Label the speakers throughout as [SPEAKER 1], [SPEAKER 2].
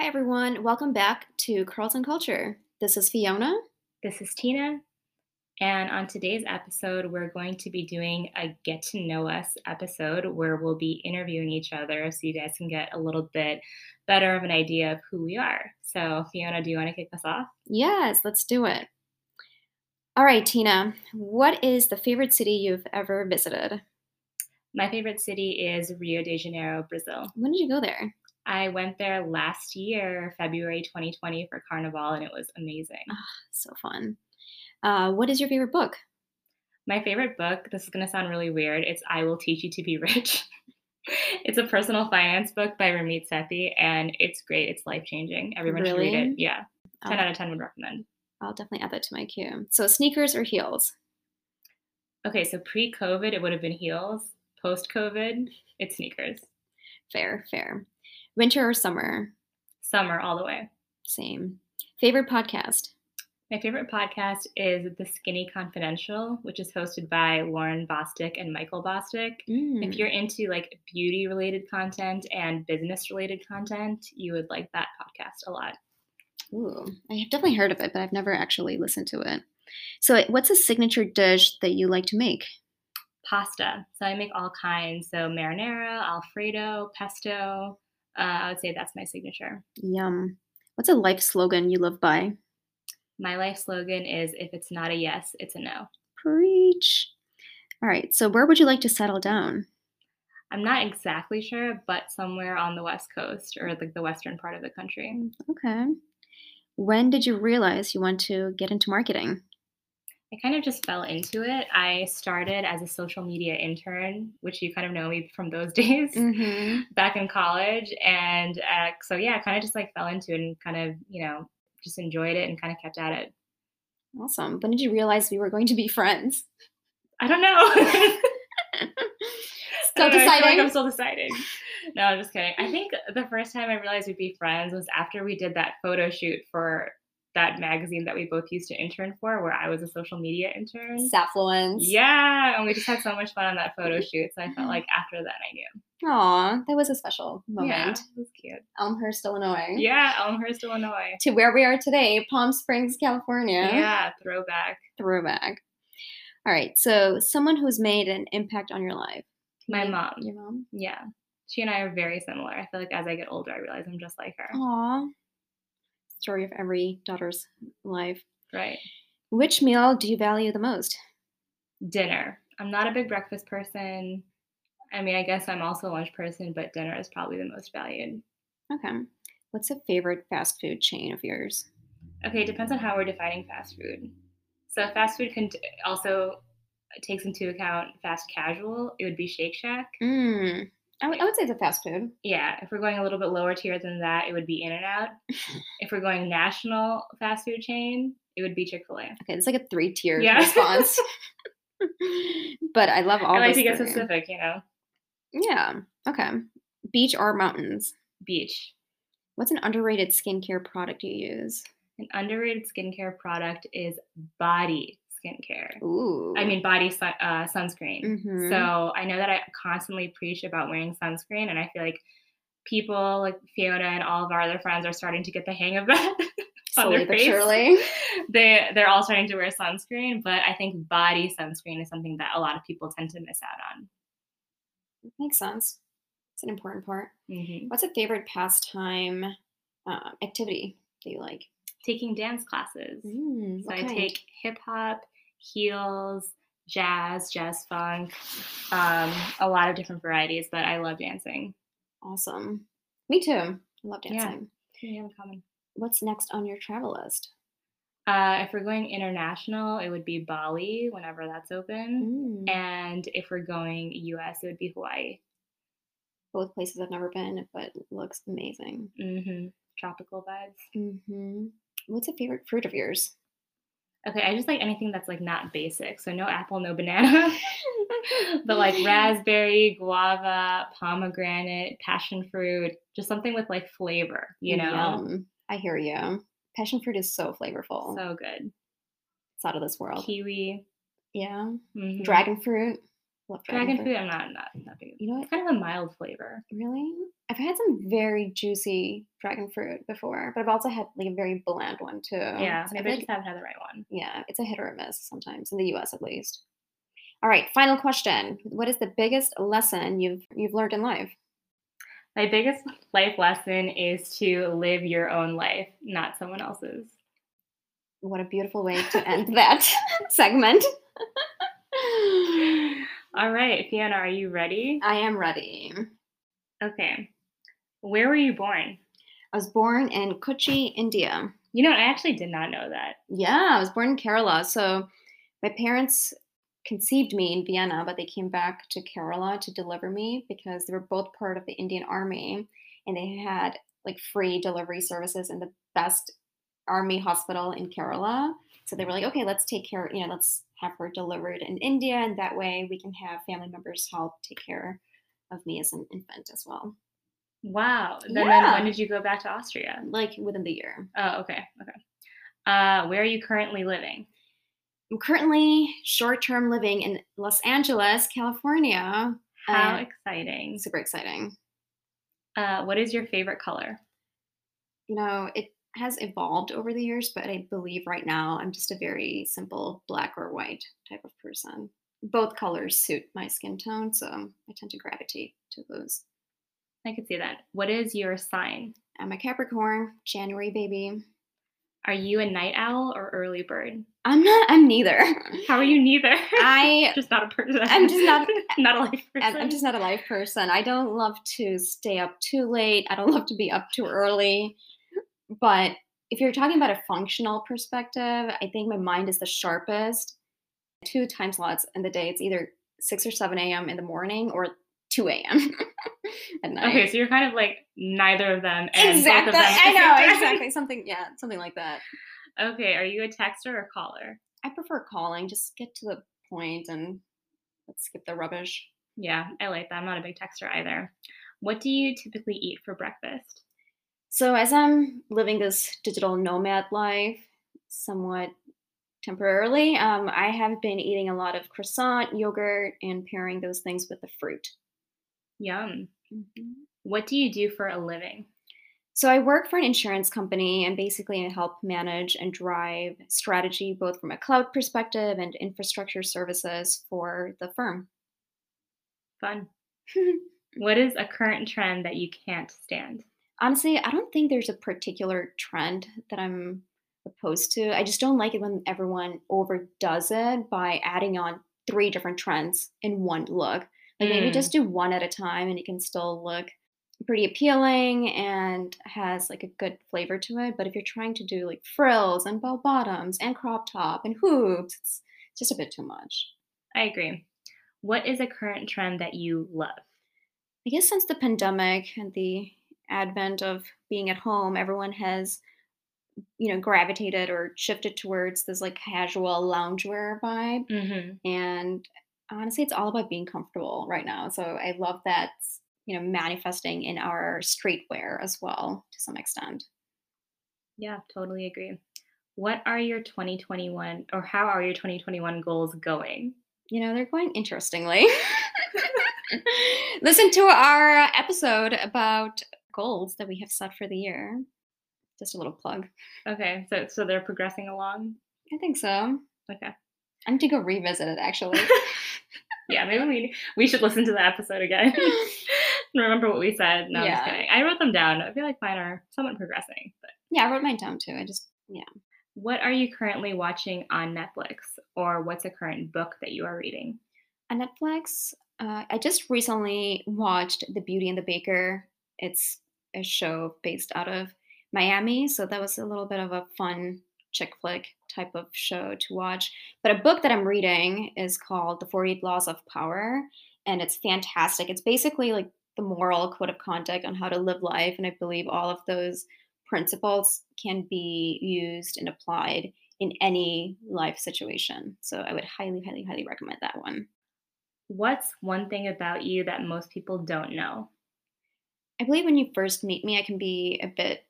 [SPEAKER 1] everyone. Welcome back to Carlton Culture. This is Fiona.
[SPEAKER 2] This is Tina. And on today's episode, we're going to be doing a get to know us episode where we'll be interviewing each other so you guys can get a little bit better of an idea of who we are. So, Fiona, do you want to kick us off?
[SPEAKER 1] Yes, let's do it. All right, Tina, what is the favorite city you've ever visited?
[SPEAKER 2] My favorite city is Rio de Janeiro, Brazil.
[SPEAKER 1] When did you go there?
[SPEAKER 2] I went there last year, February 2020, for Carnival, and it was amazing.
[SPEAKER 1] So fun. Uh, what is your favorite book?
[SPEAKER 2] My favorite book, this is going to sound really weird, it's I Will Teach You to Be Rich. it's a personal finance book by Ramit Sethi, and it's great. It's life changing. Everyone should read
[SPEAKER 1] Really?
[SPEAKER 2] it. Yeah. 10
[SPEAKER 1] I'll,
[SPEAKER 2] out of 10 would recommend.
[SPEAKER 1] I'll definitely add that to my queue. So, sneakers or heels?
[SPEAKER 2] Okay, so pre COVID, it would have been heels. Post COVID, it's sneakers.
[SPEAKER 1] Fair, fair. Winter or summer?
[SPEAKER 2] Summer all the way.
[SPEAKER 1] Same. Favorite podcast?
[SPEAKER 2] My favorite podcast is The Skinny Confidential, which is hosted by Lauren Bostick and Michael Bostick.
[SPEAKER 1] Mm,
[SPEAKER 2] If you're into like beauty related content and business related content, you would like that podcast a lot.
[SPEAKER 1] Ooh, I have definitely heard of it, but I've never actually listened to it. So, what's a signature dish that you like to make?
[SPEAKER 2] Pasta. So I make all kinds. So marinara, alfredo, pesto. Uh, I would say that's my signature.
[SPEAKER 1] Yum. What's a life slogan you live by?
[SPEAKER 2] My life slogan is if it's not a yes, it's a no.
[SPEAKER 1] Preach. All right. So, where would you like to settle down?
[SPEAKER 2] I'm not exactly sure, but somewhere on the West Coast or like the Western part of the country.
[SPEAKER 1] Okay. When did you realize you want to get into marketing?
[SPEAKER 2] I kind of just fell into it. I started as a social media intern, which you kind of know me from those days.
[SPEAKER 1] Mm-hmm.
[SPEAKER 2] back in college and uh, so yeah kind of just like fell into it and kind of you know just enjoyed it and kind of kept at it
[SPEAKER 1] Awesome. When did you realize we were going to be friends?
[SPEAKER 2] i don't know
[SPEAKER 1] Still
[SPEAKER 2] I don't know. I feel like
[SPEAKER 1] deciding.
[SPEAKER 2] i'm still deciding no i'm just kidding i think the first time i realized we'd be friends was after we did that photo shoot for that magazine that we both used to intern for where i was a social media intern
[SPEAKER 1] Saffluence.
[SPEAKER 2] yeah and we just had so much fun on that photo shoot so i felt like after that i knew
[SPEAKER 1] Aw, that was a special moment.
[SPEAKER 2] yeah it was cute
[SPEAKER 1] Elmhurst, Illinois.
[SPEAKER 2] yeah elmhurst illinois
[SPEAKER 1] To where we are today, Palm Springs, California.
[SPEAKER 2] yeah throwback
[SPEAKER 1] Throwback. All right. So, someone who's made an impact on your life.
[SPEAKER 2] my
[SPEAKER 1] Maybe
[SPEAKER 2] mom
[SPEAKER 1] Your mom.
[SPEAKER 2] Yeah. She and I are very similar. I feel like as I get older, I realize I'm just like her.
[SPEAKER 1] Aw. Story of every daughter's life.
[SPEAKER 2] Right.
[SPEAKER 1] Which meal do you value the most?
[SPEAKER 2] Dinner. I'm not a big breakfast person. I mean, I guess I'm also a lunch person, but dinner is probably the most valued.
[SPEAKER 1] Okay. What's a favorite fast food chain of yours?
[SPEAKER 2] Okay, it depends on how we're defining fast food. So, fast food can t- also takes into account fast casual. It would be Shake Shack.
[SPEAKER 1] Mm. I would, I would say it's a fast food.
[SPEAKER 2] Yeah, if we're going a little bit lower tier than that, it would be In and Out. if we're going national fast food chain, it would be Chick Fil A.
[SPEAKER 1] Okay, it's like a three tier
[SPEAKER 2] Yeah.
[SPEAKER 1] response. but I love all
[SPEAKER 2] I like
[SPEAKER 1] those
[SPEAKER 2] to get
[SPEAKER 1] three.
[SPEAKER 2] specific, you know,
[SPEAKER 1] Yeah. Okay. Beach or mountains?
[SPEAKER 2] beach.
[SPEAKER 1] What's an underrated skincare product you use?
[SPEAKER 2] An underrated skincare product is body skincare.
[SPEAKER 1] Ooh.
[SPEAKER 2] I mean, body sun, uh, sunscreen.
[SPEAKER 1] Mhm.
[SPEAKER 2] So I know that I constantly preach about wearing sunscreen, and I feel like people like Fiona and all of our other friends are starting to get the hang of that. on
[SPEAKER 1] slowly
[SPEAKER 2] their
[SPEAKER 1] but
[SPEAKER 2] face.
[SPEAKER 1] surely.
[SPEAKER 2] they they're all starting to wear sunscreen, but I think body sunscreen is something that a lot of people tend to miss out on.
[SPEAKER 1] Makes sense. It's an important part.
[SPEAKER 2] hmm
[SPEAKER 1] What's a favorite pastime uh, activity that you like?
[SPEAKER 2] Taking dance classes,
[SPEAKER 1] Mm,
[SPEAKER 2] so I take hip hop, heels, jazz, jazz funk, um, a lot of different varieties. But I love dancing.
[SPEAKER 1] Awesome. Me too. I love dancing.
[SPEAKER 2] Yeah. We have in common.
[SPEAKER 1] What's next on your travel list?
[SPEAKER 2] Uh, if we're going international, it would be Bali whenever that's open,
[SPEAKER 1] Mm,
[SPEAKER 2] and if we're going U.S., it would be Hawaii.
[SPEAKER 1] Both places I've never been, but it looks amazing.
[SPEAKER 2] hmm Tropical vibes. Mm-hmm.
[SPEAKER 1] hmm What's a favorite fruit of yours?
[SPEAKER 2] Okay, I just like anything that's like not basic. So no apple, no banana, but like raspberry, guava, pomegranate, passion fruit, just something with like flavor. You know,
[SPEAKER 1] Yum. I hear you. Passion fruit is so flavorful.
[SPEAKER 2] so good.
[SPEAKER 1] it's out of this world.
[SPEAKER 2] Kiwi.
[SPEAKER 1] yeah.
[SPEAKER 2] mhm.
[SPEAKER 1] Dragon fruit. love
[SPEAKER 2] Dragon fruit, I'm not not not big.
[SPEAKER 1] You know what?
[SPEAKER 2] It's kind of a mild flavor.
[SPEAKER 1] Really? I've had some very juicy dragon fruit before, but I've also had like a very bland one too.
[SPEAKER 2] yeah,
[SPEAKER 1] So I feel
[SPEAKER 2] maybe I
[SPEAKER 1] Oh, like-
[SPEAKER 2] just haven't had the right one.
[SPEAKER 1] yeah, it's a hit or a miss sometimes in the U.S. at least. All right, final question: What is the biggest lesson you've you've learned in life?
[SPEAKER 2] My biggest life lesson is to live your own life, not someone else's.
[SPEAKER 1] What a beautiful way to end that segment.
[SPEAKER 2] All right, Fiona, are you ready?
[SPEAKER 1] I am ready.
[SPEAKER 2] Okay. Where were you born?
[SPEAKER 1] I was born in Kochi, India.
[SPEAKER 2] You know, I actually did not know that.
[SPEAKER 1] Yeah, I was born in Kerala. So my parents conceived me in Vienna, but they came back to Kerala to deliver me because they were both part of the Indian army and they had like free delivery services in the best army hospital in Kerala. So they were like, okay, let's take care, you know, let's have her delivered in India and that way we can have family members help take care of me as an infant as well.
[SPEAKER 2] Wow. Then, then
[SPEAKER 1] Yeah.
[SPEAKER 2] when did you go back to Austria?
[SPEAKER 1] Like within the year.
[SPEAKER 2] Oh, okay. Okay. Uh, where are you currently living?
[SPEAKER 1] I'm currently short-term living in Los Angeles, California,
[SPEAKER 2] How
[SPEAKER 1] Uh,
[SPEAKER 2] exciting.
[SPEAKER 1] super exciting.
[SPEAKER 2] Uh, what is your favorite color?
[SPEAKER 1] You know, it has evolved over the years, but I believe right now I'm just a very simple black or white type of person. Both colors suit my skin tone, so I tend to gravitate to those.
[SPEAKER 2] I could see that. What is your sign?
[SPEAKER 1] I'm a Capricorn, January baby.
[SPEAKER 2] Are you a night owl or early bird?
[SPEAKER 1] I'm not, I'm neither.
[SPEAKER 2] How are you neither?
[SPEAKER 1] I,
[SPEAKER 2] just not a person.
[SPEAKER 1] I'm just not-
[SPEAKER 2] not a life person.
[SPEAKER 1] I'm I'm just not a life person. I don't love to stay up too late, I don't love to be up too early. But if you're talking about a functional perspective, I think my mind is the sharpest. Two time slots in the day. It's either six or seven a.m. in the morning or two a.m. at night.
[SPEAKER 2] Okay, so you're kind of like neither of them. And both
[SPEAKER 1] exactly.
[SPEAKER 2] of them at
[SPEAKER 1] I
[SPEAKER 2] the same
[SPEAKER 1] know
[SPEAKER 2] time.
[SPEAKER 1] exactly something. Yeah, something like that.
[SPEAKER 2] Okay, are you a texter or caller?
[SPEAKER 1] I prefer calling. Just get to the point and let's skip the rubbish.
[SPEAKER 2] Yeah, I like that. I'm not a big texter either. What do you typically eat for breakfast?
[SPEAKER 1] So, as I'm living this digital nomad life somewhat temporarily, um, I have been eating a lot of croissant, yogurt, and pairing those things with the fruit.
[SPEAKER 2] Yum. Mm-hmm. What do you do for a living?
[SPEAKER 1] So, I work for an insurance company and basically I help manage and drive strategy both from a cloud perspective and infrastructure services for the firm.
[SPEAKER 2] Fun. What is a current trend that you can't stand?
[SPEAKER 1] Honestly, I don't think there's a particular trend that I'm opposed to. I just don't like it when everyone overdoes it by adding on three different trends in one look. Like maybe
[SPEAKER 2] Mm.
[SPEAKER 1] just do one at a time and it can still look pretty appealing and has like a good flavor to it. But if you're trying to do like frills and bell bottoms and crop top and hoops, it's just a bit too much.
[SPEAKER 2] I agree. What is a current trend that you love?
[SPEAKER 1] I guess since the pandemic and the advent of being at home, everyone has, you know, gravitated or shifted towards this like casual loungewear vibe.
[SPEAKER 2] Mm-hmm.
[SPEAKER 1] And honestly, it's all about being comfortable right now. So I love that, you know, manifesting in our streetwear as well to some extent.
[SPEAKER 2] Yeah, totally agree. What are your 2021 or how are your 2021 goals going?
[SPEAKER 1] You know, they're going interestingly. Listen to our episode about goals that we have set for the year. Just a little plug.
[SPEAKER 2] Okay, so so they're progressing along.
[SPEAKER 1] I think so.
[SPEAKER 2] Okay.
[SPEAKER 1] I need to go revisit it actually.
[SPEAKER 2] Yeah, maybe we we should listen to the episode again. Remember what we said. No, I'm
[SPEAKER 1] Yeah.
[SPEAKER 2] just kidding. I wrote them down. I feel like mine are somewhat progressing. But
[SPEAKER 1] yeah, I wrote mine down too. I just yeah.
[SPEAKER 2] what are you currently watching on Netflix, or what's a current book that you are reading?
[SPEAKER 1] On Netflix, uh, I just recently watched The Beauty and the Baker. It's a show based out of Miami, so that was a little bit of a fun chick flick type of show to watch. But a book that I'm reading is called The 48 Laws of Power, and it's fantastic. It's basically like the moral code of conduct on how to live life, and I believe all of those principles can be used and applied in any life situation. So I would highly, highly, highly recommend that one.
[SPEAKER 2] What's one thing about you that most people don't know?
[SPEAKER 1] I believe when you first meet me, I can be a bit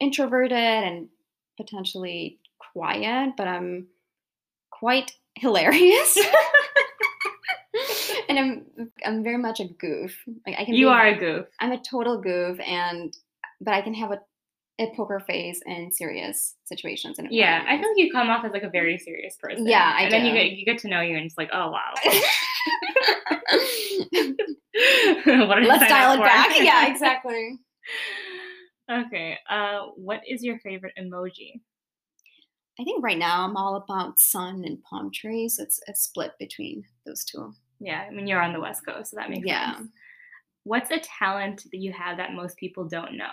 [SPEAKER 1] introverted and potentially quiet, but I'm quite hilarious. and I'm I'm very much a goof. Like I can.
[SPEAKER 2] You
[SPEAKER 1] be-
[SPEAKER 2] are a goof.
[SPEAKER 1] I'm a total goof, and but I can have a, a poker face in serious situations. And
[SPEAKER 2] Yeah, I feel like you come off as like a very serious person.
[SPEAKER 1] Yeah, I
[SPEAKER 2] and then you
[SPEAKER 1] do.
[SPEAKER 2] get you get to know you, and it's like, oh wow,
[SPEAKER 1] feel.
[SPEAKER 2] what did I
[SPEAKER 1] Let's
[SPEAKER 2] sign
[SPEAKER 1] dial
[SPEAKER 2] up
[SPEAKER 1] it
[SPEAKER 2] for?
[SPEAKER 1] back. Yeah, exactly.
[SPEAKER 2] Okay. Uh, what is your favorite emoji?
[SPEAKER 1] I think right now I'm all about sun and palm trees. It's a split between those two.
[SPEAKER 2] Yeah, I mean you're on the West Coast, so that makes
[SPEAKER 1] Yeah.
[SPEAKER 2] sense. What's a talent that you have that most people don't know?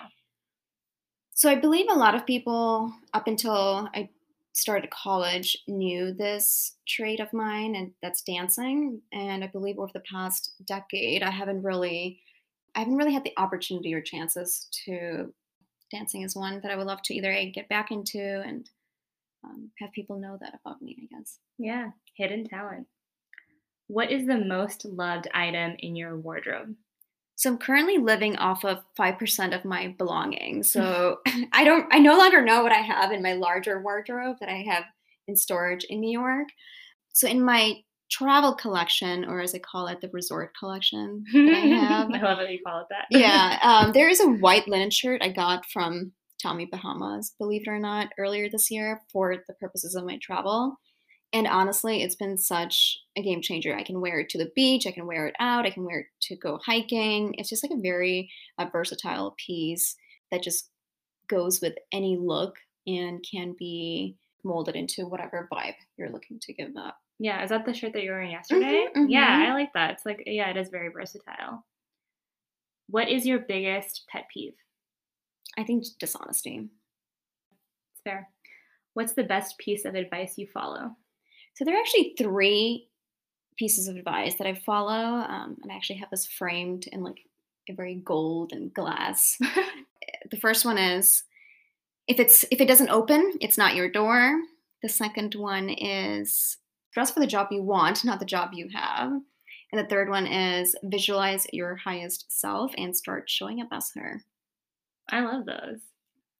[SPEAKER 1] So I believe a lot of people up until I started college knew this trait of mine and that's dancing and I believe over the past decade I haven't really I haven't really had the opportunity or chances to dancing is one that I would love to either A, get back into and um, have people know that about me I guess.
[SPEAKER 2] Yeah, hidden talent. What is the most loved item in your wardrobe?
[SPEAKER 1] So I'm currently living off of 5% of my belongings. So I don't I no longer know what I have in my larger wardrobe that I have in storage in New York. So in my travel collection or as I call it the resort collection that I have.
[SPEAKER 2] I love that you call it that.
[SPEAKER 1] yeah, um, there is a white linen shirt I got from Tommy Bahamas, believe it or not, earlier this year for the purposes of my travel. And honestly, it's been such a game changer. I can wear it to the beach, I can wear it out, I can wear it to go hiking. It's just like a very uh, versatile piece that just goes with any look and can be molded into whatever vibe you're looking to give up.
[SPEAKER 2] Yeah, is that the shirt that you were wearing
[SPEAKER 1] Mm-hmm,
[SPEAKER 2] yesterday? Yeah, I like that. It's like, yeah, it is very versatile. What is your biggest pet peeve?
[SPEAKER 1] I think dishonesty.
[SPEAKER 2] It's fair. What's the best piece of advice you follow?
[SPEAKER 1] So there are actually three pieces of advice that I follow, um, and I actually have this framed in like a very gold and glass. Eh, the first one is if it's if it doesn't open, it's not your door. The second one is dress for the job you want, not the job you have. And the third one is visualize your highest self and start showing up as her.
[SPEAKER 2] I love those.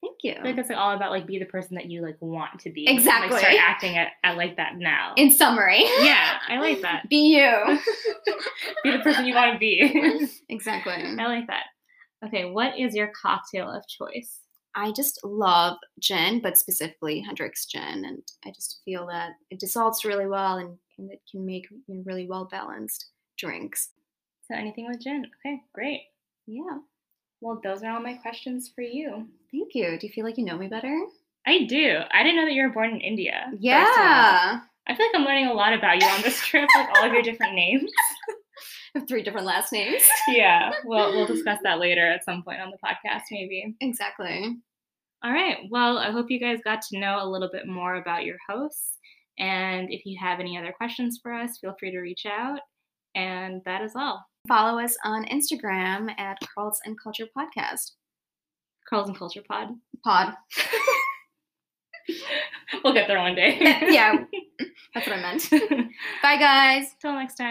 [SPEAKER 1] Thank
[SPEAKER 2] I feel like
[SPEAKER 1] you.
[SPEAKER 2] it's like all about like be the person that you like want to be.
[SPEAKER 1] Exactly.
[SPEAKER 2] Like, start acting at, at like that now.
[SPEAKER 1] In summary,
[SPEAKER 2] yeah, I like that.
[SPEAKER 1] be you.
[SPEAKER 2] Be the person you want to be.
[SPEAKER 1] exactly.
[SPEAKER 2] I like that. Okay, what is your cocktail of choice?
[SPEAKER 1] I just love gin, but specifically Hendricks gin, and I just feel that it dissolves really well and, and it can make you know, really well balanced drinks.
[SPEAKER 2] So anything with gin. Okay, great.
[SPEAKER 1] Yeah,
[SPEAKER 2] Well, those are all my questions for you.
[SPEAKER 1] thank you. Do you feel like you know me better?
[SPEAKER 2] I do. I didn't know that you were born in India. first of all.
[SPEAKER 1] Yeah,
[SPEAKER 2] I feel like I'm learning a lot about you on this trip, like all of your different names.
[SPEAKER 1] I have three different last names.
[SPEAKER 2] Yeah. We'll we'll discuss that later at some point on the podcast, maybe.
[SPEAKER 1] exactly.
[SPEAKER 2] All right. Well, I hope you guys got to know a little bit more about your hosts. And if you have any other questions for us, feel free to reach out. And that is all.
[SPEAKER 1] Follow us on Instagram at Carls and Culture Podcast.
[SPEAKER 2] Curls and Culture Pod.
[SPEAKER 1] Pod.
[SPEAKER 2] We'll get there one day.
[SPEAKER 1] yeah, that's what I meant. Bye, guys.
[SPEAKER 2] Till next time.